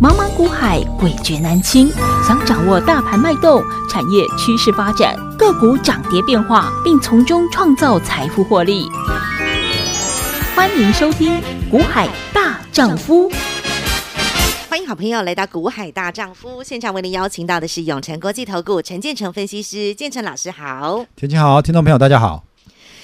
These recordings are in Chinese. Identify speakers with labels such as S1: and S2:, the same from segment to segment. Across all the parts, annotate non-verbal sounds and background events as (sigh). S1: 茫茫股海，诡谲难清。想掌握大盘脉动、产业趋势发展、个股涨跌变化，并从中创造财富获利，欢迎收听《股海大丈夫》。
S2: 欢迎好朋友来到股海大丈夫现场，为您邀请到的是永诚国际投顾陈建成分析师，建成老师好。
S3: 田青好，听众朋友大家
S2: (laughs)
S3: 好。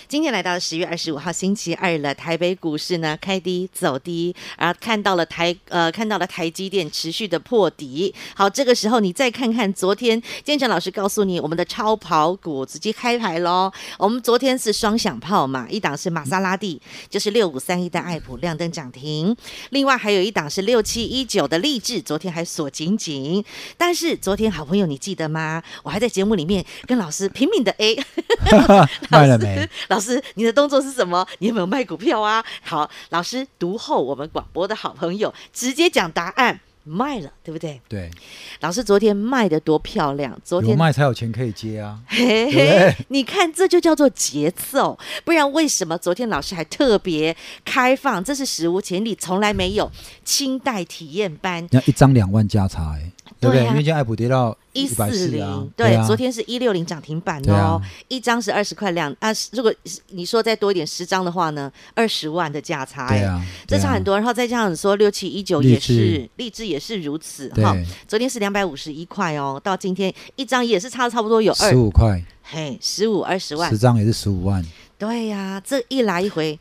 S2: 今天来到十月二十五号星期二了，台北股市呢开低走低，然后看到了台呃看到了台积电持续的破底。好，这个时候你再看看昨天建成老师告诉你我们的超跑股直接开牌喽。我们昨天是双响炮嘛，一档是玛莎拉蒂，就是六五三一的爱普亮灯涨停，另外还有一档是六七一九的励志，昨天还锁紧紧。但是昨天好朋友你记得吗？我还在节目里面跟老师拼命的 A，
S3: 卖了没？
S2: (laughs) 老师，你的动作是什么？你有没有卖股票啊？好，老师读后我们广播的好朋友直接讲答案，卖了，对不对？
S3: 对，
S2: 老师昨天卖的多漂亮，昨
S3: 有
S2: 天
S3: 卖才有钱可以接啊。
S2: 嘿嘿
S3: 对，
S2: 你看这就叫做节奏，不然为什么昨天老师还特别开放？这是史无前例，从来没有清代体验班。
S3: 那一张两万加差、
S2: (laughs)
S3: 欸，对不
S2: 对
S3: 对？
S2: 啊
S3: 因为现在爱普跌到
S2: 一
S3: 百
S2: 四
S3: 四啊
S2: 零，，对，
S3: 啊
S2: 昨天是一六零涨停板
S3: 对
S2: 哦
S3: 啊，
S2: 一张是二十块两啊，如果你说再多一点十张的话呢，二十万的价差
S3: 对
S2: 哎，
S3: 啊，
S2: 这
S3: 对啊
S2: 差很。多。然后再加上你说六七一九
S3: 励
S2: 也
S3: 志
S2: 是，励志也是如此
S3: 对啊
S2: 哈。昨天是两百五十一块哦，到今天一张也是差差不多有二
S3: 十五块，
S2: 嘿十五二十万
S3: 十。张也是十五万。
S2: 对呀、这一来一回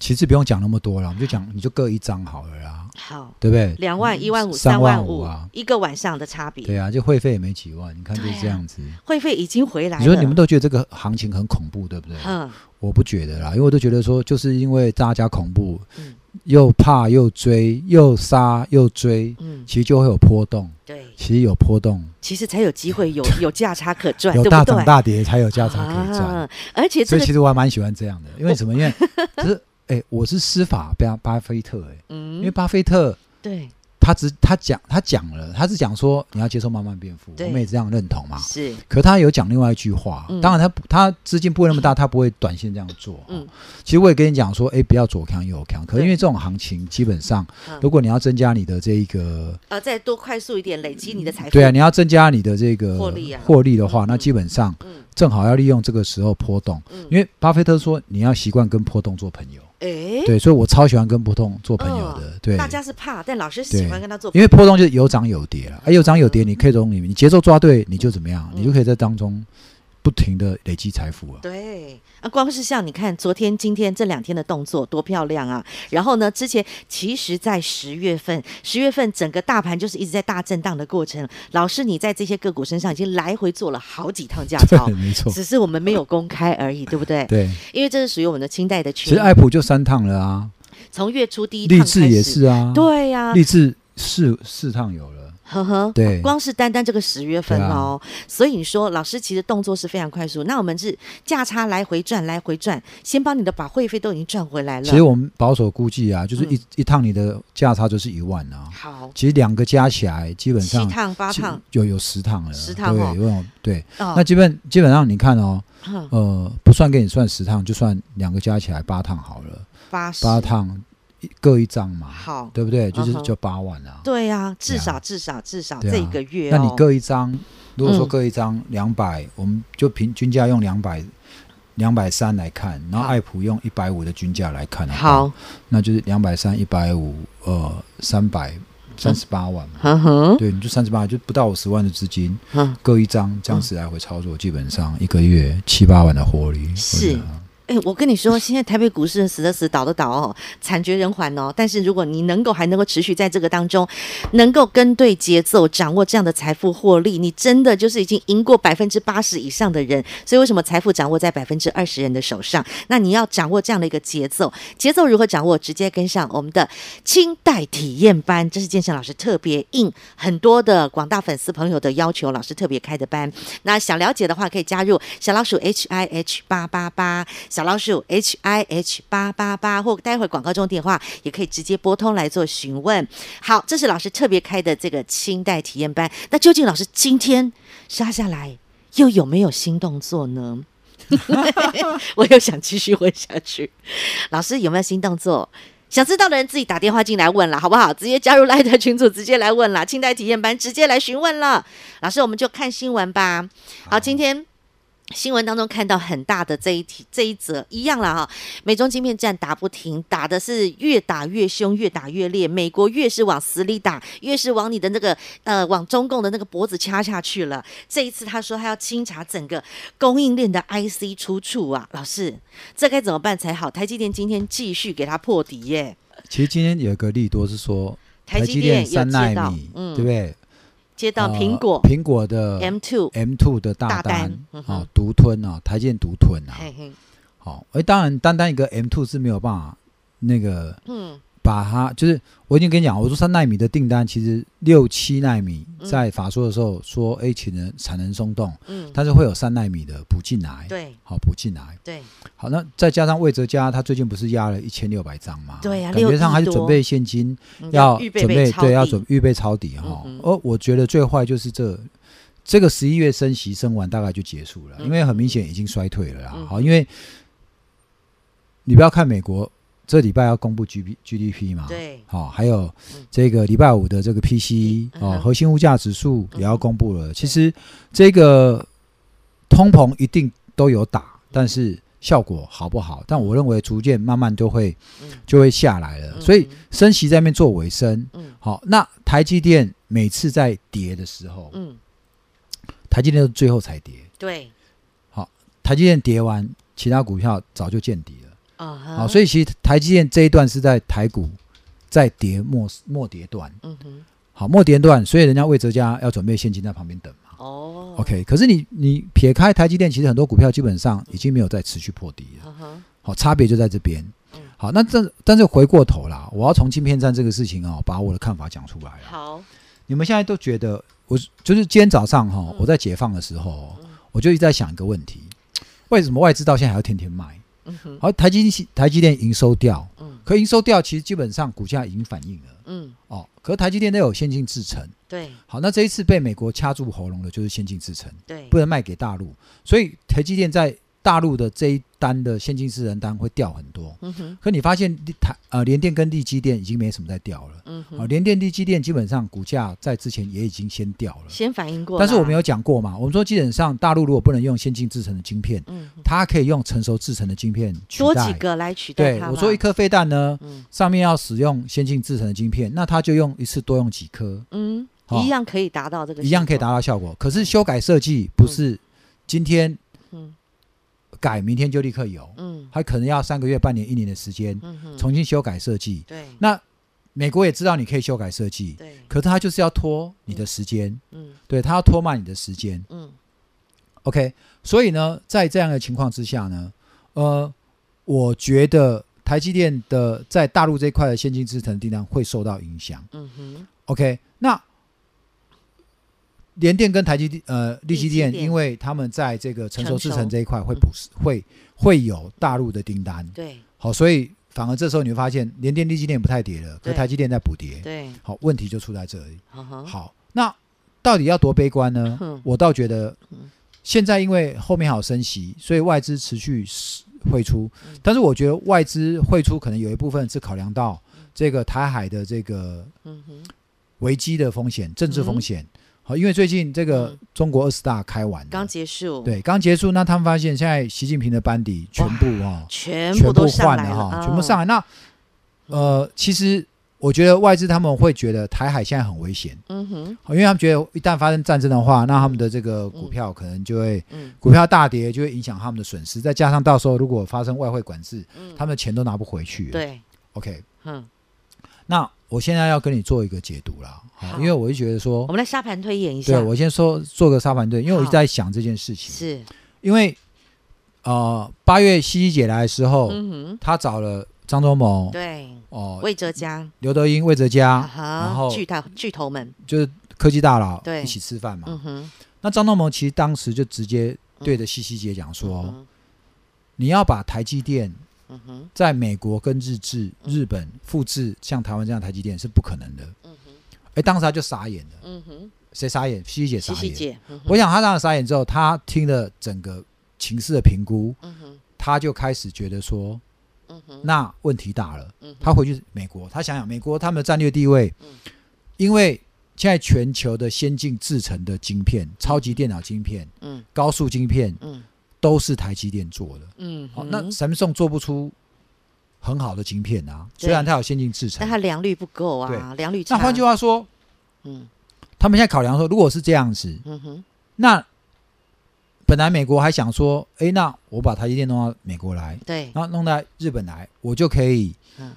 S3: 其实不用讲那么多了，我们就讲你就各一张好了啦，
S2: 好
S3: 对不对？
S2: 两万一万五
S3: 三
S2: 三
S3: 万
S2: 万五
S3: 五啊
S2: 一个晚上的差别，
S3: 对啊，就会费也没几万，你看就
S2: 对啊
S3: 是这样子。
S2: 会费已经回来了。
S3: 你说你们都觉得这个行情很恐怖，对不对？
S2: 嗯
S3: 我不觉得啦，因为我都觉得说，就是因为大家恐怖，
S2: 嗯
S3: 又怕又追，又杀又追，
S2: 嗯，
S3: 其实就会有波动，
S2: 对，
S3: 其实有波动，
S2: 其实才有机会
S3: (laughs)
S2: 有有价差可赚，
S3: 有
S2: 对
S3: 大
S2: 不对
S3: 涨？大跌才有价差可以赚。
S2: 啊，而且
S3: 所
S2: 这
S3: 以
S2: 个
S3: 其实我还蛮喜欢这样的，因为什
S2: (laughs)
S3: 么？因为就是哎、我是司法巴巴菲特哎、因为
S2: 嗯
S3: 巴菲特
S2: 对
S3: 他只他讲他讲了，他是讲说你要接受慢慢变富，
S2: 对
S3: 我们也这样认同嘛。
S2: 是
S3: 可他有讲另外一句话，
S2: 嗯
S3: 当然他不他资金不会那么大，他不会短线这样做。
S2: 嗯
S3: 其实我也跟你讲说，哎，不要左看右看，可
S2: 对
S3: 是因为这种行情基本上
S2: 嗯，
S3: 如果你要增加你的这一个
S2: 呃再多快速一点累积你的财富。
S3: 对啊，你要增加你的这个
S2: 哎获利啊
S3: 获利的话，
S2: 嗯
S3: 那基本上
S2: 嗯
S3: 正好要利用这个时候波动，
S2: 嗯
S3: 因为巴菲特说你要习惯跟波动做朋友，
S2: 哎，
S3: 对，所以我超喜欢跟波动做朋友的，
S2: 嗯
S3: 对。
S2: 大家是怕，但老师喜
S3: 对
S2: 欢跟他做朋
S3: 因
S2: 友。
S3: 为波动就是有涨有跌了，而有涨有跌，你可以从里面，你节奏抓对，你就怎么样，
S2: 嗯
S3: 你就可以在当中不停的累积财富了。
S2: 对啊，光是像你看昨天、今天这两天的动作多漂亮啊！然后呢，之前其实，在十月份，十月份整个大盘就是一直在大震荡的过程。老师，你在这些个股身上已经来回做了好几趟驾照
S3: (laughs) 对，，没错，
S2: 只是我们没有公开而已，对不对？
S3: (laughs) 对。
S2: 因为这是属于我们的清代的
S3: 其
S2: 群
S3: 实，爱普就三趟了啊，
S2: 从月初第一趟
S3: 励
S2: 开始，
S3: 志也是啊，，
S2: 对呀、
S3: 励志四四趟有了，
S2: 呵呵，
S3: 对
S2: 光是单单这个十月份
S3: 对啊
S2: 哦，所以你说老师其实动作是非常快速。那我们是价差来回赚，来回赚，先帮你的把会费都已经赚回来了。
S3: 其实我们保守估计啊，就是一、
S2: 啊嗯
S3: 一趟你的价差就是一万啊，
S2: 好，
S3: 其实两个加起来基本
S2: 七
S3: 上
S2: 趟八趟
S3: 有有十趟了，
S2: 十趟哦
S3: 对，有对。
S2: 哦，嗯
S3: 那基本基本上你看哦，
S2: 哼
S3: 呃，不算给你算十趟，就算两个加起来八趟好了，
S2: 八十
S3: 八趟一各一张嘛，
S2: 好，
S3: 对不对？就是
S2: 嗯哼
S3: 就八万啊。
S2: 对呀，至
S3: 对啊
S2: 少至少至少
S3: 对啊
S2: 这一个月哦，
S3: 那你各一张，如果说
S2: 嗯
S3: 各一张两百、我们就平均价用两百。两百三来看，然后
S2: 好
S3: 爱普用一百五的均价来看的话，
S2: 好，
S3: 那就是两百三、一百五、呃，三百三十八万嘛。
S2: 哼哼
S3: 对，你就三十八，就不到五十万的资金，
S2: 哼，
S3: 各一张，这样子来回操作，基本上一个月七八万的获利。
S2: 是
S3: 我觉得啊
S2: 哎，我跟你说，现在台北股市死的死，倒的倒哦，惨绝人寰哦。但是如果你能够还能够持续在这个当中，能够跟对节奏，掌握这样的财富获利，你真的就是已经赢过百分之八十以上的人。所以为什么财富掌握在百分之二十人的手上？那你要掌握这样的一个节奏，节奏如何掌握？直接跟上我们的清代体验班，这是建成老师特别应很多的广大粉丝朋友的要求，老师特别开的班。那想了解的话，可以加入小老鼠 H I H 八八八，小老鼠 H I H 八八八，或待会广告中电话也可以直接拨通来做询问。好，这是老师特别开的这个清代体验班。那究竟老师今天杀下来又有没有新动作呢？ (laughs) 我又想继续问下去，老师有没有新动作？想知道的人自己打电话进来问了，好不好？直接加入赖的群组，直接来问了，清代体验班直接来询问了。老师，我们就看新闻吧。好，今天。新闻当中看到很大的这一题这一则一样了哈，美中晶片战打不停，打的是越打越凶，越打越烈。美国越是往死里打，越是往你的那个呃往中共的那个脖子掐下去了。这一次他说他要清查整个供应链的 IC 出处啊，老师，这该怎么办才好？台积电今天继续给他破底耶，
S3: 其实今天有一个利多是说，
S2: 台
S3: 台
S2: 积
S3: 积
S2: 电
S3: 电
S2: 有
S3: 三
S2: 接
S3: 纳
S2: 到
S3: 米，
S2: 嗯
S3: 对不对？
S2: 接到苹果
S3: 呃苹果的
S2: M two，
S3: M two 的大
S2: 大单
S3: 单
S2: 嗯哼
S3: 啊，独吞啊，台积电独吞啊，
S2: 嘿嘿，
S3: 好，哎，当然单单一个 M two 是没有办法那个
S2: 嗯
S3: 把它，就是我已经跟你讲，我说三纳米的订单，其实六七纳米
S2: 嗯
S3: 在法说的时候说，哎、产能产能松动，
S2: 嗯，
S3: 但是会有三纳米的补进来，，
S2: 对
S3: 好补进来，
S2: 对，
S3: 好，那再加上魏哲家他最近不是压了一千六百张嘛，
S2: 对啊
S3: 感
S2: 6
S3: 觉上
S2: 亿
S3: 他就
S2: 多
S3: 准备现金
S2: 嗯
S3: 要
S2: 预备
S3: 准备
S2: 被抄
S3: 对要
S2: 底
S3: 准预备抄底哈
S2: 嗯哼，
S3: 而我觉得最坏就是这。这个十一月升息升完大概就结束了，因为很明显已经衰退了啦。
S2: 嗯
S3: 好，因为你不要看美国这礼拜要公布 G P G D P 嘛，
S2: 对，
S3: 好、哦还有这个礼拜五的这个 PCE
S2: 嗯
S3: 哦
S2: 哼，嗯
S3: 核心物价指数也要公布了。其实这个通膨一定都有打，
S2: 嗯
S3: 但是效果好不好？但我认为逐渐慢慢都会
S2: 嗯
S3: 就会下来了。
S2: 嗯
S3: 所以升息在那边做尾声，
S2: 嗯
S3: 好、那台积电每次在跌的时候，
S2: 嗯，
S3: 台积电是最后才跌，
S2: 对，
S3: 台积电跌完，其他股票早就见底了。
S2: 啊
S3: 好、
S2: 哈，
S3: 所以其实台积电这一段是在台股在跌末末跌段。
S2: 嗯哼，
S3: 好，末跌段，所以人家魏哲家要准备现金在旁边等嘛。
S2: 哦
S3: OK，可是你你撇开台积电，其实很多股票基本上已经没有再持续破底了。
S2: 嗯哼，
S3: 好，差别就在这边
S2: 嗯。
S3: 好，那这但是回过头啦，我要从晶片战这个事情哦，把我的看法讲出来了。
S2: 好，
S3: 你们现在都觉得我就是今天早上哈、
S2: 嗯
S3: 我在解放的时候哦，我就一直在想一个问题：为什么外资到现在还要天天卖？
S2: 嗯哼，
S3: 好，台积台积电营收掉，
S2: 嗯
S3: 可营收掉其实基本上股价已经反映了
S2: 嗯，
S3: 哦。可台积电都有先进制程。
S2: 对
S3: 好，那这一次被美国掐住喉咙的就是先进制程，
S2: 对，
S3: 不能卖给大陆，所以台积电在大陆的这一单的先进制程单会掉很多。
S2: 嗯哼，
S3: 可你发现利台呃联电跟利基电已经没什么在掉了，
S2: 嗯
S3: 啊、
S2: 哼，
S3: 联电、利基电基本上股价在之前也已经先掉了。
S2: 先反应过，
S3: 但是我们，有讲过嘛，我们说基本上大陆如果不能用先进制程的晶片，
S2: 嗯，
S3: 它可以用成熟制程的晶片取
S2: 多
S3: 代。
S2: 几个来取代
S3: 对，
S2: 它，
S3: 我说一，颗飞弹呢，
S2: 嗯
S3: 上面要使用先进制程的晶片，那它就用一次多用几颗，
S2: 嗯，
S3: 哦
S2: 一样可以达到这个，
S3: 一样可以达，到效果。可是修改设计不是今天
S2: 嗯
S3: 改，明天就立刻有，
S2: 嗯
S3: 它可能要三个月、半年、一年的时间
S2: 嗯哼，
S3: 重新修改设计。
S2: 对
S3: 那美国也知道你可以修改设计，
S2: 对，
S3: 可是它就是要拖你的时间，
S2: 嗯
S3: 对，它要拖慢你的时间。
S2: 嗯
S3: OK，所以呢，在这样的情况之下呢，呃，我觉得台积电的在大陆这一块的先进制程订单会受到影响。
S2: 嗯哼，
S3: OK，那联电跟台积电呃
S2: 力
S3: 力积
S2: 积
S3: 电，
S2: 电
S3: 因为他们在这个成熟制
S2: 成
S3: 程
S2: 熟
S3: 这一块会补会会有大陆的订单，
S2: 对
S3: 好，所以反而这时候你会发现联电、力积电不太跌了，可
S2: 对
S3: 台积电在补跌。
S2: 对，
S3: 好，问题就出在这里。
S2: 嗯哼，
S3: 好，那到底要多悲观呢
S2: 嗯？
S3: 我倒觉得现在因为后面还有升息，所以外资持续汇出
S2: 嗯，
S3: 但是我觉得外资汇出可能有一部分是考量到这个台海的这个
S2: 嗯哼，
S3: 危机的风险、政治风
S2: 嗯
S3: 险。好、因为最近这个
S2: 嗯
S3: 中国二十大开完了，
S2: 刚结束，，
S3: 对刚结束，那他们发现现在习近平的班底全部哦，
S2: 全
S3: 全
S2: 部都上
S3: 换
S2: 来
S3: 了哈、
S2: 了，嗯哦
S3: 全部上
S2: 来，
S3: 来。那呃，其实我觉得外资他们会觉得台海现在很危险，
S2: 嗯哼，
S3: 好因为他们觉得一旦发生战争的话，那他们的这个股票可能就会。
S2: 嗯
S3: 股票大跌就会影响他们的损失，再加上到时候如果发生外汇管制，
S2: 嗯，
S3: 他们的钱都拿不回去。
S2: 对，
S3: ，OK，
S2: 嗯，
S3: 那我现在要跟你做一个解读啦，好，
S2: 好
S3: 因为我就觉得说
S2: 我，们来沙盘推演一
S3: 对，
S2: 下，
S3: 我先说做个沙盘对，因为我一直
S2: 好
S3: 在想这件事情，
S2: 是，
S3: 因为呃，八月西西姐来的时候，
S2: 嗯哼，
S3: 她找了张忠谋、
S2: 对，
S3: 哦、
S2: 魏哲家，
S3: 刘德英、魏哲
S2: 啊
S3: 嘉，然
S2: 哈，
S3: 后
S2: 巨头巨头们，
S3: 就是科技大佬
S2: 对
S3: 一起吃饭嘛。
S2: 嗯哼，
S3: 那张忠谋其实当时就直接对哦着西西姐讲说，
S2: 嗯
S3: 你要把台积电
S2: 嗯哼，
S3: 在美国跟日治、
S2: 嗯
S3: 日本复制像台湾这样的台积电是不可能的。
S2: 嗯哼，
S3: 哎，当时他就傻眼了，
S2: 嗯哼，
S3: 谁傻眼？西西姐傻
S2: 西西
S3: 眼。
S2: 姐，嗯哼
S3: 我想他当时傻眼之后，他听了整个情势的评估，
S2: 嗯哼，
S3: 他就开始觉得说，
S2: 嗯哼，
S3: 那问题大了。
S2: 嗯哼嗯
S3: 他回去美国，他想想美国他们的战略地位，因为现在全球的先进制成的晶片、超级电脑晶片、
S2: 嗯
S3: 高速晶片
S2: 嗯
S3: 都是台积电做的。
S2: 嗯，
S3: 好、
S2: 嗯
S3: 那 Samsung 做不出很好的晶片啊，
S2: 对
S3: 虽然它有先进制
S2: 但
S3: 成。
S2: 它良率不够啊，良率差。
S3: 那换句话说，
S2: 嗯
S3: 他们现在考量说，如果是这样子，
S2: 嗯哼
S3: 那本来美国还想说，诶，那我把台积电弄到美国来，
S2: 对
S3: 然后弄到日本来，我就可以
S2: 嗯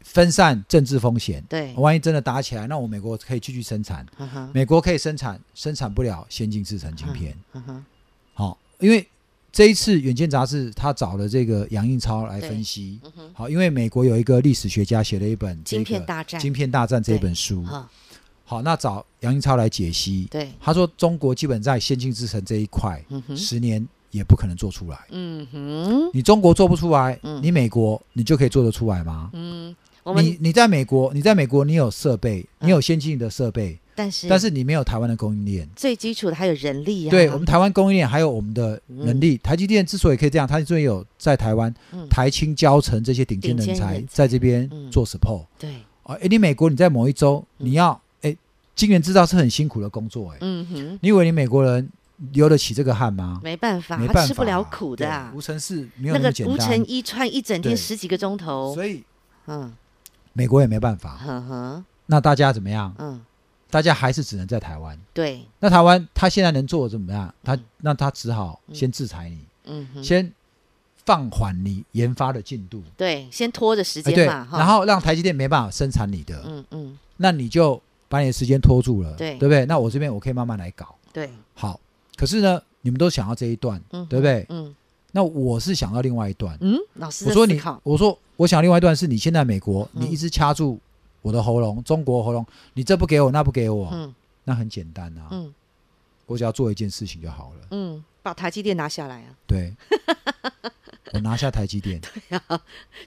S3: 分散政治风险。
S2: 对，
S3: 万一真的打起来，那我美国可以继续生产，
S2: 嗯哼
S3: 美国可以生产生产不了先进制成晶片。
S2: 嗯哼
S3: 好、因为这一次《远见》杂志他找了这个杨应超来分析。
S2: 嗯哼，
S3: 好，因为美国有一个历史学家写了一本、这
S2: 晶
S3: 个《
S2: 片大战，
S3: 晶片大战》这本书。
S2: 啊
S3: 好，那找杨应超来解析。
S2: 对，
S3: 他说，中国基本在先进制程这一块，
S2: 嗯哼
S3: 十年也不可能做出来。
S2: 嗯哼
S3: 你中国做不出来，
S2: 嗯
S3: 你美国你就可以做得出来吗？
S2: 嗯，我
S3: 你
S2: 们
S3: 你在美国，你在美国，你有设备，
S2: 嗯
S3: 你有先进的设备，
S2: 但是
S3: 但是你没有台湾的供应链。
S2: 最基础的还有人力啊，
S3: 对我们台湾供应链还有我们的能力，台积电之所以可以这样，它之所以有在台湾、
S2: 嗯
S3: 台青、交城这些顶尖人
S2: 顶尖
S3: 才
S2: 人才
S3: 在这边
S2: 嗯
S3: 做 support。
S2: 对，
S3: 哦，哎，你美国你在某一州，
S2: 嗯
S3: 你要哎，晶圆制造是很辛苦的工作，哎，
S2: 嗯哼，
S3: 你以为你美国人留得起这个汗吗？
S2: 没办法，
S3: 没办
S2: 他
S3: 法，
S2: 吃不了苦的啊
S3: 对。无尘室没有
S2: 那
S3: 那
S2: 个
S3: 么简
S2: 吴
S3: 单
S2: 成，一穿一整天
S3: 对
S2: 十几个钟头，
S3: 所以
S2: 嗯
S3: 美国也没办法。
S2: 哼哼
S3: 那大家怎么样？
S2: 嗯，
S3: 大家还是只能在台湾。
S2: 对，
S3: 那台湾他现在能做的怎么样？他
S2: 嗯
S3: 那他只好
S2: 嗯
S3: 先制裁你，
S2: 嗯哼，
S3: 先放缓你研发的进度，
S2: 对，先拖着时
S3: 哎
S2: 间嘛，哈
S3: 然后让台积电没办法生产你的，
S2: 嗯嗯，
S3: 那你就把你的时间拖住了，
S2: 对
S3: 不对？那我这边我可以慢慢来搞。
S2: 对，
S3: 好，可是呢，你们都想要这一段，
S2: 嗯哼，
S3: 对不对？
S2: 嗯
S3: 那我是想要另外一段。
S2: 嗯，老师
S3: 我
S2: 在
S3: 说
S2: 思
S3: 你
S2: 考，，
S3: 我说我想另外一段是你现在美国，
S2: 嗯
S3: 你一直掐住我的喉咙，中国喉咙，你这不给我，那不给我，
S2: 嗯
S3: 那很简单啊，
S2: 嗯
S3: 我只要做一件事情就好了。
S2: 嗯，把台积电拿下来啊， (laughs)
S3: 对，我拿下台积电，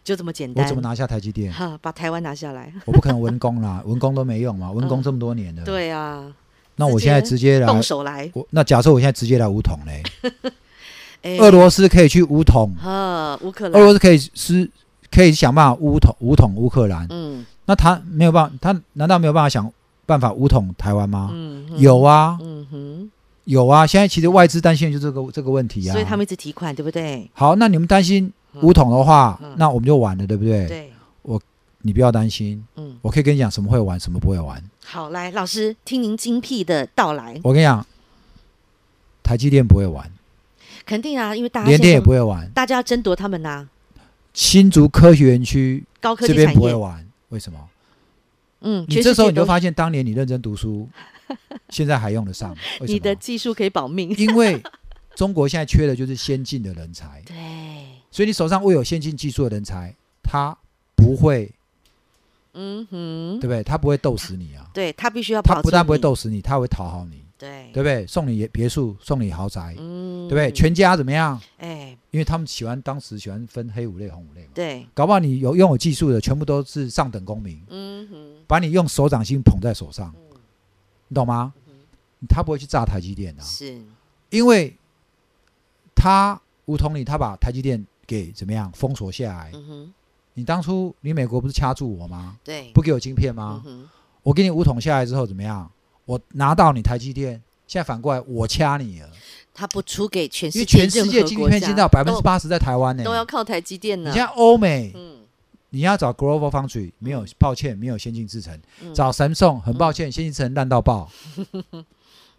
S2: 就这么简单，
S3: 我怎么拿啊下台积电？
S2: 哈，把台湾拿下来，
S3: 我不可能文攻
S2: (laughs)
S3: 啦，文攻都没用嘛，文攻
S2: 嗯
S3: 这么多年了。，
S2: 对啊，
S3: 那我
S2: 直接
S3: 现在直接来
S2: 动，手来，
S3: 我那假设我现在直接来武统嘞，
S2: 哎，
S3: 俄罗斯可以去武统，
S2: 呵，哎乌克
S3: 俄
S2: 兰，
S3: 罗斯可以是可以想办法武统武统乌克兰，
S2: 嗯
S3: 那他没有办法，他难道没有办法想办法武统台湾吗？
S2: 嗯，哼，
S3: 有啊，
S2: 嗯哼，
S3: 有啊，现在其实外资担心的就是这个这个问题啊。
S2: 所以他们一直提款，对不对？
S3: 好，那你们担心
S2: 嗯
S3: 武统的话
S2: 嗯，
S3: 那我们就完了，对不对？
S2: 对，
S3: 你不要担心，
S2: 嗯，
S3: 我可以跟你讲什么会玩，什么不会玩。
S2: 好，来，老师，听您精辟的道来，
S3: 我跟你讲，台积电不会玩，
S2: 肯定啊，因为大家
S3: 联
S2: 现
S3: 电
S2: 在
S3: 也不会玩，
S2: 大家要争夺他们呐，
S3: 新竹科学园区
S2: 高科技
S3: 这边
S2: 产
S3: 不会
S2: 业，
S3: 玩，为什么？
S2: 嗯，
S3: 你
S2: 全
S3: 这
S2: 世
S3: 时候
S2: 界
S3: 你就
S2: 都
S3: 发现，当年你认真读
S2: (laughs)
S3: 书，现在还用得上，为什
S2: 你的
S3: 么？
S2: 技术可以保命，
S3: (laughs) 因为中国现在缺的就是先进的人才，
S2: 对，
S3: 所以你手上握有先进技术的人才，他不会，
S2: 嗯哼
S3: 对。不对？他不会斗死你啊！
S2: 对他必须要保
S3: 他
S2: 住
S3: 不但不会
S2: 你，
S3: 斗死你，他还会讨好你，
S2: 对
S3: 对不对？送你别墅，送你豪宅，
S2: 嗯
S3: 对不对？全家怎么样？
S2: 哎，
S3: 因为他们喜欢当时喜欢分黑五类、红五类嘛。
S2: 对，
S3: 搞不好你有拥有技术的，全部都是上等公民，
S2: 嗯哼，
S3: 把你用手掌心捧在手上，
S2: 嗯
S3: 你懂吗？他不会去炸台积电啊，
S2: 是，
S3: 因为他吴统理他把台积电给怎么样封锁下来？
S2: 嗯哼，
S3: 你当初你美国不是掐住我吗？
S2: 对，
S3: 不给啊我晶片
S2: 嗯
S3: 吗？
S2: 哼，
S3: 我给你五桶下来之后怎么样？我拿到你台积电，现在反过来我掐你了，
S2: 他不出给全
S3: 因
S2: 世
S3: 为
S2: 界
S3: 全世界
S2: 任何
S3: 晶
S2: 国
S3: 片
S2: 家
S3: 现在百分之
S2: 都
S3: 八十在台湾呢、
S2: 都要靠台积电
S3: 你
S2: 呢
S3: 现，在欧美，
S2: 嗯
S3: 你要找 Global Foundry 没有，抱歉，没有先进制程，
S2: 嗯
S3: 找 Samsung 很抱歉，先进制程烂到爆。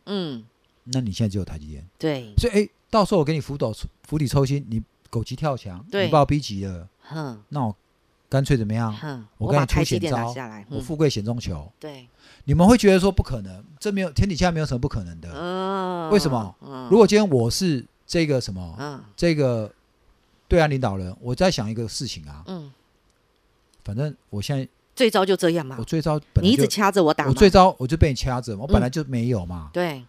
S2: 嗯，
S3: 那你现在只有台积电，
S2: 对，
S3: 所以诶，到时候我给你釜斗釜底抽薪，你狗急跳墙，
S2: 对
S3: 你把我逼急了，
S2: 哼
S3: 那我干脆怎么样？
S2: 哼，
S3: 啊我
S2: 我
S3: 刚
S2: 把
S3: 才出
S2: 台积
S3: 险
S2: 电拿
S3: 招
S2: 下来，
S3: 我
S2: 嗯
S3: 富贵险中求，
S2: 对，
S3: 你们会觉得说不可能，这没有天底下没有什么不可能的。
S2: 嗯，
S3: 呃为什么
S2: 嗯？
S3: 如果今天我是这个什么
S2: 嗯
S3: 这个对岸领导人，我在想一个事情啊，
S2: 嗯，
S3: 反正我现在
S2: 最糟就这样嘛
S3: 我，最糟
S2: 啊
S3: 本
S2: 你
S3: 来
S2: 一直
S3: 就
S2: 掐着我打嘛嗯
S3: 我，最糟我就被你掐着嘛，我本来就没有嘛，
S2: 对，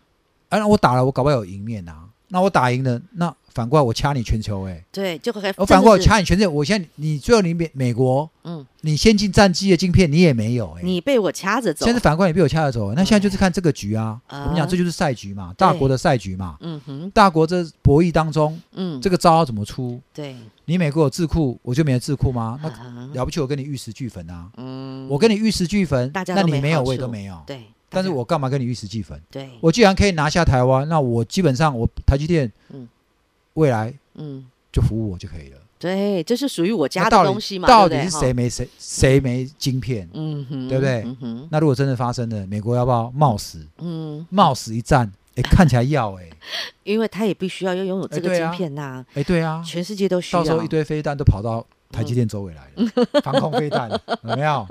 S3: 哎、那我打了，我搞不好有赢面呐、那我打赢了，那反过来我掐你全球哎、
S2: 对，就可以。
S3: 我反过
S2: 真
S3: 来
S2: 的是
S3: 掐你全球，我现在你最后你美美国，
S2: 嗯，
S3: 你先进战机的晶片你也没有哎、
S2: 你被我掐着走
S3: 现。在反过来你被我掐着走了，那现在就是看这个局啊，
S2: 啊
S3: 我们讲这就是赛局嘛，大国的赛局嘛，
S2: 嗯哼，
S3: 大国这博弈当中
S2: 嗯，
S3: 这个招要怎么出？
S2: 对，
S3: 你美国有智库，我就没有智库吗？那
S2: 啊
S3: 了不起，我跟你玉石俱焚啊！
S2: 嗯，
S3: 我跟你玉石俱焚，
S2: 大家
S3: 那
S2: 都
S3: 你
S2: 没
S3: 没有，
S2: 好
S3: 我也都
S2: 处
S3: 没有。
S2: 对，
S3: 但是
S2: 大家
S3: 我干嘛跟你玉石俱焚？
S2: 对，
S3: 我既然可以拿下台湾，那我基本上我台积电，
S2: 嗯
S3: 未来
S2: 嗯，
S3: 就服务我就可以了。
S2: 对，这是属于我家
S3: 那
S2: 的
S3: 到底
S2: 东西嘛，
S3: 到
S2: 对
S3: 底
S2: 不
S3: 是
S2: 对
S3: 谁
S2: 哈
S3: 没谁谁没晶片？
S2: 嗯哼，
S3: 对不对
S2: 嗯哼，
S3: 那如果真的发生了，美国要不要冒死
S2: 嗯，
S3: 冒死一战？哎，看起来要哎
S2: 因为他也必须要要拥有
S3: 哎
S2: 这个
S3: 对
S2: 晶
S3: 啊
S2: 片呐，
S3: 哎，对啊，
S2: 全世界都需要。
S3: 到时候一堆飞弹都跑到台积电周围来了，防空
S2: (laughs)
S3: 飞弹有没有？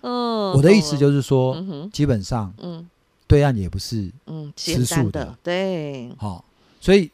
S2: 嗯，
S3: 我的意思
S2: 懂了，
S3: 就是说，
S2: 嗯哼，
S3: 基本上
S2: 嗯
S3: 对岸也不是
S2: 嗯，
S3: 吃
S2: 简单
S3: 素
S2: 的
S3: 的，
S2: 对，
S3: 好、所以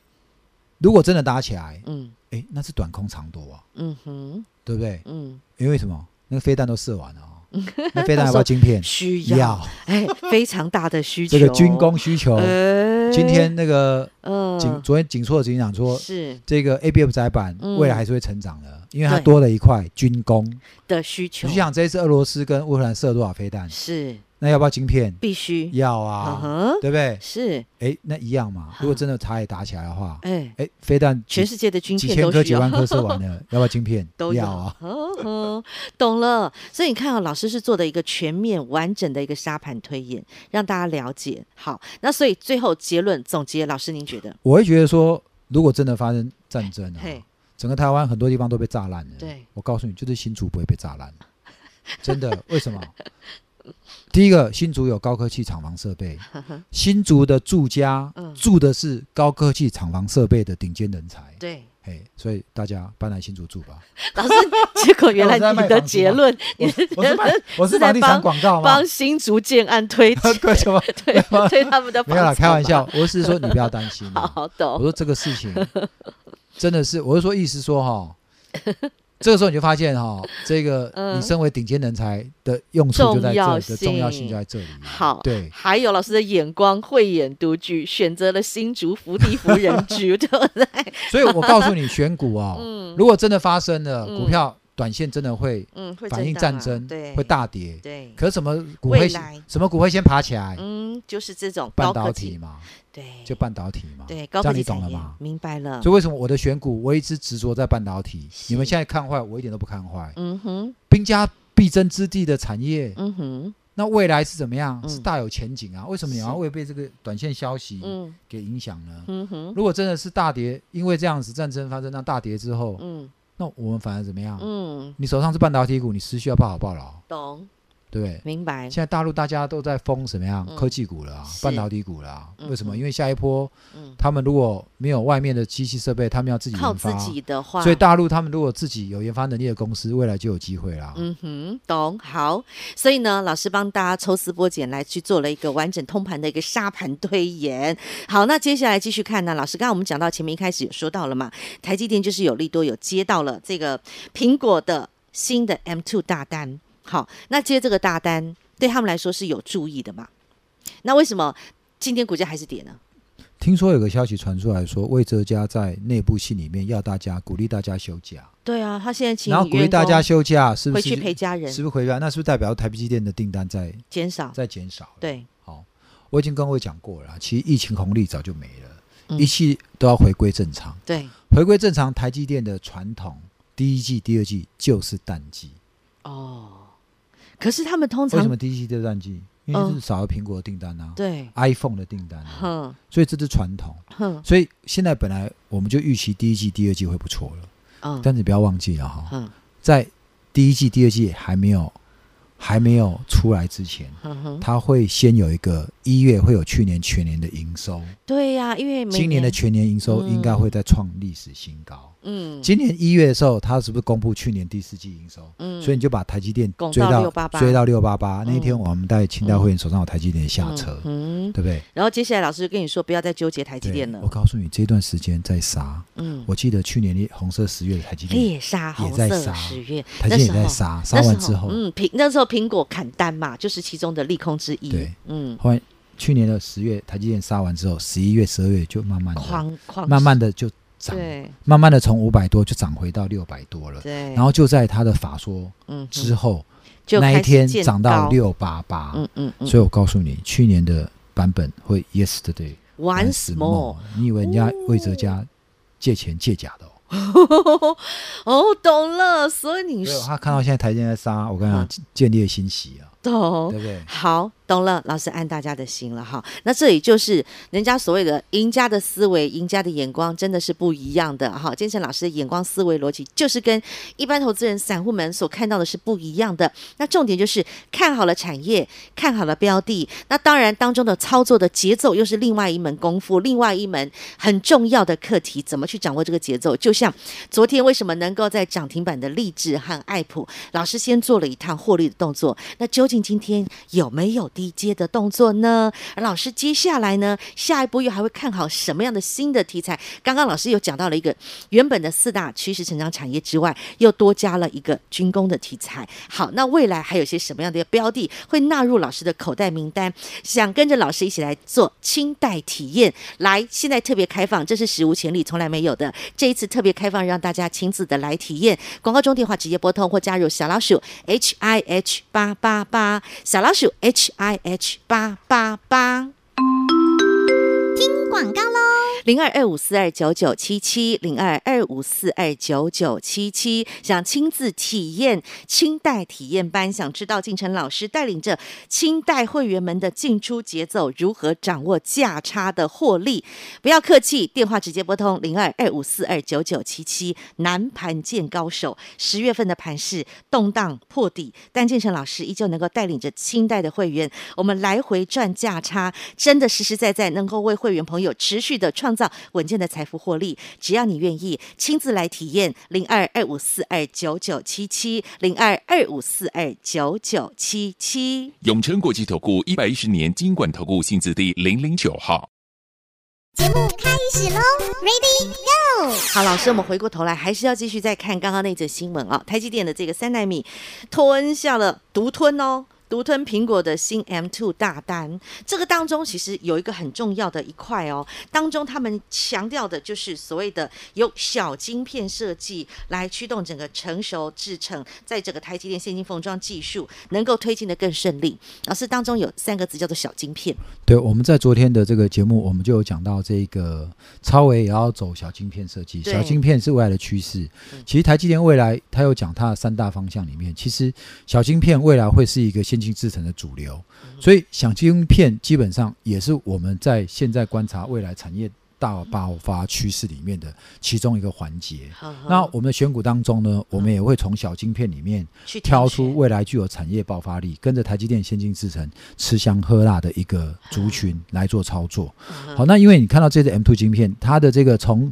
S3: 如果真的打起来，
S2: 嗯
S3: 哎，那是短空长多啊，
S2: 嗯哼，
S3: 对不对？
S2: 嗯，
S3: 因为什么？那个飞弹都射完了
S2: (laughs)
S3: 哦，那飞弹要不要晶片？
S2: 需要，
S3: 要，
S2: 哎，非常大的需求。
S3: 这个军，工需求。
S2: 哎，
S3: 今天那个
S2: 嗯，
S3: 景，昨天景硕执行长说，
S2: 是
S3: 这个 ABF 载板
S2: 嗯
S3: 未来还是会成长的，因为它
S2: 对
S3: 多了一块军工。
S2: 的需求
S3: 你，想这一次俄罗斯跟乌克兰射多少飞弹？
S2: 是
S3: 那要不要晶片？
S2: 必须，
S3: 要
S2: 嗯
S3: 啊，
S2: 哼，嗯
S3: 对不对？
S2: 是，
S3: 哎，那一样嘛。如果真的台海打起来的话，
S2: 哎，
S3: 哎，飞弹
S2: 全
S3: 几
S2: 世界的军
S3: 几
S2: 片
S3: 千
S2: 都
S3: 颗、
S2: 需
S3: 几
S2: 要。
S3: 万颗射
S2: (laughs)
S3: 完了，要不要晶片？
S2: 都有
S3: 要啊。
S2: 呵呵，懂了。所以你看啊、老师是做的一个全面完整的一个沙盘推演，让大家了解。好，那所以最后结论总结，老师您觉得？
S3: 我会觉得说，如果真的发生战争啊，
S2: 嘿，
S3: 整个台湾很多地方都被炸烂了。
S2: 对，
S3: 我告诉你，就是新竹不会被炸烂，
S2: (laughs)
S3: 真的。为什么？第一个，新竹有高科技厂房设
S2: (laughs)
S3: 备，新竹的住家、
S2: 嗯
S3: 住的是高科技厂房设备的顶尖人才。
S2: 对，
S3: 嘿，所以大家搬来新竹住吧。
S2: 老师， (laughs) 结果原来
S3: 我在卖
S2: 你的
S3: 房子吗
S2: 结论，
S3: 我
S2: 你的
S3: 我是
S2: 结 (laughs)
S3: 卖
S2: 论
S3: 我
S2: 是
S3: 是
S2: 在
S3: 房地产
S2: 帮
S3: 广告吗
S2: 帮？新竹建案推
S3: (laughs)
S2: 荐，(laughs)
S3: 为什么？
S2: 对，推他们的
S3: 没有啦，
S2: 房子
S3: 开玩
S2: 嘛。
S3: 笑。我是说你不要担心、
S2: 好 (laughs)
S3: 啊。
S2: 好
S3: 我
S2: 懂，
S3: 说这个事情 (laughs) 真的是，我是说意思说哈、这个时候你就发现哈、这个
S2: 嗯
S3: 你身为顶尖人才的用处就在
S2: 重
S3: 这
S2: 要
S3: 里，
S2: 性
S3: 的重要性就在这里。
S2: 好
S3: 对，
S2: 还有老师的眼光慧眼独具，选择了新竹福地福人
S3: (laughs)
S2: 居，对不对？
S3: 所以我告诉你，选股哦，
S2: (laughs) 嗯
S3: 如果真的发生了，
S2: 嗯
S3: 股票短线真的会
S2: 嗯，会
S3: 反映
S2: 震荡
S3: 战
S2: 啊
S3: 争，
S2: 对，
S3: 会，大跌。
S2: 对，
S3: 可是什么股
S2: 未
S3: 会
S2: 来
S3: 什么股会先爬起来？
S2: 嗯，就是这种高
S3: 半
S2: 科
S3: 导
S2: 技哎
S3: 体，嘛，
S2: 对，
S3: 就半导体嘛。
S2: 对高
S3: 这
S2: 科
S3: 样
S2: 技
S3: 你懂
S2: 产
S3: 了
S2: 业
S3: 吗，？
S2: 明白了
S3: 所。以为什么我的选股我一直执着在半导体？
S2: 嗯是
S3: 你们现在看坏，我一点都不看坏。
S2: 嗯哼，
S3: 兵家必争之地的产业，
S2: 嗯哼，
S3: 那未来是怎么样？
S2: 嗯
S3: 是大有前景啊！为什么你
S2: 是
S3: 要会被这个短线消息
S2: 嗯
S3: 给影响呢？
S2: 嗯哼，
S3: 如果真的是大跌，因为这样子战争发生，那大跌之后，
S2: 嗯
S3: 那我们反而怎么样？
S2: 嗯，
S3: 你手上是半导体股，你失去要不好不好，
S2: 懂，
S3: 对不对？
S2: 明白
S3: 现。在大陆大家都在封什么样
S2: 嗯
S3: 科技股了啊、
S2: 是
S3: 半导体股了啊、
S2: 嗯
S3: 为什么？因为下一波
S2: 嗯，
S3: 他们如果没有外面的机器设备，他们要自己
S2: 靠
S3: 研
S2: 自
S3: 发。
S2: 己的话，
S3: 所以大陆他们如果自己有研发能力的公司，未来就有机会啦。
S2: 嗯哼，懂好，所以呢，老师帮大家抽丝剥茧来去做了一个完整通盘的一个沙盘推演。 (laughs) 好，那接下来继续看呢，老师刚刚我们讲到前面一开始有说到了嘛，台积电就是有利多有接到了这个苹果的新的 M2 大单，好，那接这个大单对他们来说是有注意的嘛？那为什么今天股价还是跌呢？
S3: 听说有个消息传出来说，魏哲家在内部信里面要大家鼓励大家休假，
S2: 对啊，他现在请
S3: 然后鼓励大家休假，是不
S2: 回
S3: 是
S2: 去陪家人
S3: 是不是回啊家？那是不是代表台积电的订单在
S2: 减少，
S3: 在减少？，
S2: 对，
S3: 好，我已经跟各位讲过了，其实疫情红利早就没了，
S2: 嗯
S3: 一切都要回归正常。
S2: 对，
S3: 回归正常，台积电的传统第一季、第二季就是淡季。
S2: 哦，可是他们通
S3: 为什
S2: 常嗯
S3: 么第一季就是淡季？因为就是少了苹果的订单啊、
S2: 对，
S3: i p h o n e 的订单、啊，
S2: 哼
S3: 所以这是传统。
S2: 哼。
S3: 所以现在本来我们就预期第一季、第二季会不错了，
S2: 嗯
S3: 但是你不要忘记了哈、
S2: 嗯
S3: 在第一季、第二季还没有还没有出来之前，
S2: 嗯哼，
S3: 它会先有一个一月会有去年全年的营收，
S2: 对呀、因为每
S3: 今年的全年营收
S2: 嗯
S3: 应该会再创历史新高。
S2: 嗯
S3: 今年一月的时候，它是不是公布去年第四季营收？
S2: 嗯，
S3: 所以你就把台积电
S2: 拱
S3: 追
S2: 到
S3: 到
S2: 688
S3: 追到六八八那一天，
S2: 嗯
S3: 我们带清代会员手上有台积电下车，
S2: 嗯，嗯
S3: 对不对？
S2: 然后接下来老师就跟你说，不要再纠结台积
S3: 对
S2: 电，了
S3: 我，告诉你，这段时间在杀。
S2: 嗯，
S3: 我记得去年的红色十月的台积电，
S2: 猎杀
S3: 也
S2: 红
S3: 在
S2: 色
S3: 杀
S2: 十月，
S3: 台积
S2: 那
S3: 电
S2: 时
S3: 也在
S2: 候
S3: 杀，杀
S2: 那时候
S3: 完
S2: 嗯
S3: 之后，
S2: 嗯，苹那时候苹果砍单嘛，就是其中的利空之一，
S3: 对
S2: 嗯
S3: 后来去年的十月台积电杀完之后，十一月、十二月就慢慢的、
S2: 狂狂
S3: 慢慢的就涨，
S2: 对
S3: 慢慢的从五百多就涨回到六百多了。
S2: 对，
S3: 然后就在他的法说
S2: 嗯
S3: 之
S2: 哼
S3: 后，
S2: 就
S3: 那
S2: 开始
S3: 一天
S2: 见
S3: 涨到
S2: 高，
S3: 六八八。
S2: 嗯嗯嗯，
S3: 所以我告诉你，去年的版本会 yesterday
S2: once more，
S3: 你以为人家魏哲家借钱借假的、哦？
S2: (laughs) 哦，懂了，所以你
S3: 没
S2: 是
S3: 有，他看到现在台积电在杀，我跟你讲，建立欣喜啊，
S2: 懂
S3: 对不对？
S2: 好，懂了，老师按大家的心了哈。那这里就是人家所谓的赢家的思维、赢家的眼光，真的是不一样的哈。建成老师的眼光、思维、逻辑，就是跟一般投资人、散户们所看到的是不一样的。那重点就是看好了产业，看好了标的，那当然当中的操作的节奏又是另外一门功夫，另外一门很重要的课题，怎么去掌握这个节奏？就像昨天为什么能够在涨停板的励志和爱普，老师先做了一趟获利的动作，那究竟今天有没有低阶的动作呢？而老师接下来呢，下一步又还会看好什么样的新的题材？刚刚老师有讲到了一个原本的四大趋势成长产业之外，又多加了一个军工的题材。好，那未来还有些什么样的标的会纳入老师的口袋名单？想跟着老师一起来做清代体验，来，现在特别开放，这是史无前例，从来没有的。这一次特别开放，让大家亲自的来体验。广告中电话直接拨通或加入小老鼠 H I H 八八八，小老鼠 H I H 八八八。
S4: 广告。
S2: 零二二五四二九九七七，零二二五四二九九七七，想亲自体验清代体验班，想知道进城老师带领着清代会员们的进出节奏，如何掌握价差的获利？不要客气，电话直接拨通零二二五四二九九七七，南盘见高手。十月份的盘势动荡破底，但建成老师依旧能够带领着清代的会员，我们来回赚价差，真的实实在在能够为会员朋友持续的创造稳健的财富获利。只要你愿意亲自来体验，零二二五四二九九七七，零二二五四二九九七七。
S5: 永诚国际投顾一百一十年金管投顾性质第零零九号。
S4: 开始喽，Ready Go！
S2: 好，老师，我们回过头来还是要继续再看刚刚那则新闻啊、台积电的这个三纳米吞下了独吞哦。独吞苹果的新 M2 大单，这个当中其实有一个很重要的一块哦，当中他们强调的就是所谓的由小晶片设计来驱动整个成熟制程，在这个台积电现金封装技术能够推进的更顺利。老师当中有三个字叫做小晶片，
S3: 对，我们在昨天的这个节目，我们就有讲到这个超微也要走小晶片设计，
S2: 对
S3: 小晶片是未来的趋势。其实台积电未来，它有讲它的三大方向里面，其实小晶片未来会是一个先进制程的主流，所以小晶片基本上也是我们在现在观察未来产业大爆发趋势里面的其中一个环节。
S2: 嗯
S3: 那我们的选股当中呢，我们也会从小晶片里面
S2: 去
S3: 挑
S2: 选
S3: 出未来具有产业爆发力，跟着台积电先进制程吃香喝辣的一个族群来做操作。
S2: 嗯
S3: 好，那因为你看到这支 M2 晶片，它的这个从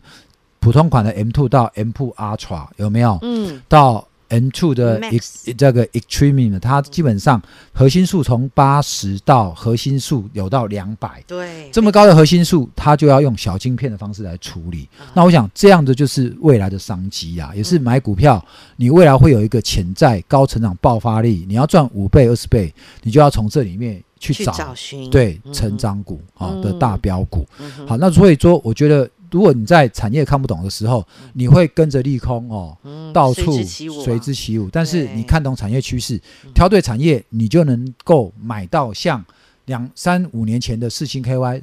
S3: 普通款的 M2 到 M2 Ultra 有没有？
S2: 嗯，
S3: 到 M2 的
S2: Max
S3: ex- 这个 Extreme 呢，它基本上核心数从八十到核心数有到两百，
S2: 对，
S3: 这么高的核心数，它就要用小晶片的方式来处理。
S2: 啊
S3: 那我想，这样的就是未来的商机
S2: 嗯
S3: 啊，也是买股票，你未来会有一个潜在高成长爆发力，你要赚五倍、二十倍，你就要从这里面去
S2: 去
S3: 找
S2: 找寻
S3: 对
S2: 嗯
S3: 成长股啊、
S2: 嗯
S3: 的大标股。
S2: 嗯哼
S3: 好，那所以说，我觉得如果你在产业看不懂的时候，你会跟着利空哦。
S2: 嗯
S3: 到处
S2: 随之起舞啊，
S3: 随之起舞。但是
S2: 对嗯
S3: 你看懂产业趋势，挑对产业，你就能够买到像两三五年前的四星 KY。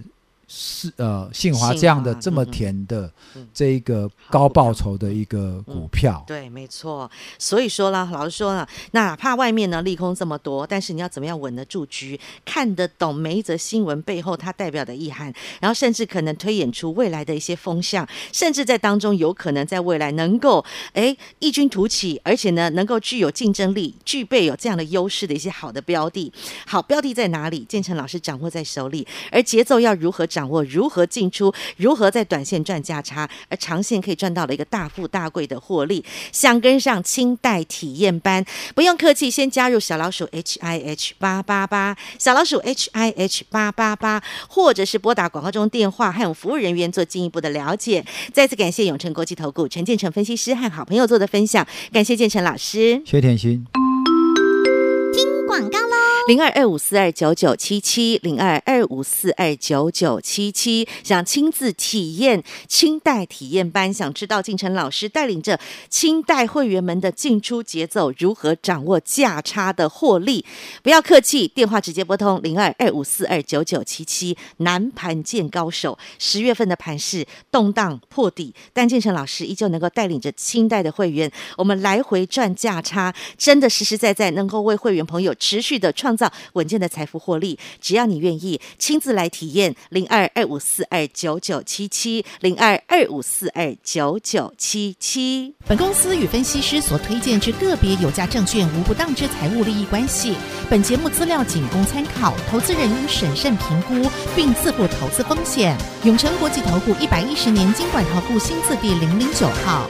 S3: 是呃，信华
S2: 信
S3: 这样的
S2: 华
S3: 这么
S2: 嗯嗯
S3: 甜的
S2: 嗯
S3: 这一个
S2: 好
S3: 高
S2: 股票嗯
S3: 报酬的一个股票，
S2: 对，没错。所以说啦，老实说呢，那哪怕外面呢利空这么多，但是你要怎么样稳得住局，看得懂每一则新闻背后它代表的意涵，然后甚至可能推演出未来的一些风向，甚至在当中有可能在未来能够哎异军突起，而且呢能够具有竞争力，具备有这样的优势的一些好的标的。好，标的在哪里？建成老师掌握在手里，而节奏要如何掌握，如何进出，如何在短线赚价差，而长线可以赚到了一个大富大贵的获利。想跟上清代体验班，不用客气，先加入小老鼠 H I H 八八八，小老鼠 H I H 八八八，或者是拨打广告中电话，和我们服务人员做进一步的了解。再次感谢永诚国际投顾陈建成分析师和好朋友做的分享，感谢建成老师。
S3: 谢谢甜心。
S4: 广告喽！
S2: 零二二五四二九九七七，零二二五四二九九七七。想亲自体验清代体验班，想知道敬晨老师带领着清代会员们的进出节奏，如何掌握价差的获利？不要客气，电话直接拨通零二二五四二九九七七。南盘见高手，十月份的盘势动荡破底，但敬晨老师依旧能够带领着清代的会员，我们来回赚价差，真的实实在在能够为会员朋友持续的创造稳健的财富获利。只要你愿意亲自来体验，零二二五四二九九七七，零二二五四二九九七七。
S6: 本公司与分析师所推荐之个别有价证券无不当之财务利益关系。本节目资料仅供参考，投资人应审慎评估并自负投资风险。永诚国际投顾一百一十年经管投顾新字第零零九号。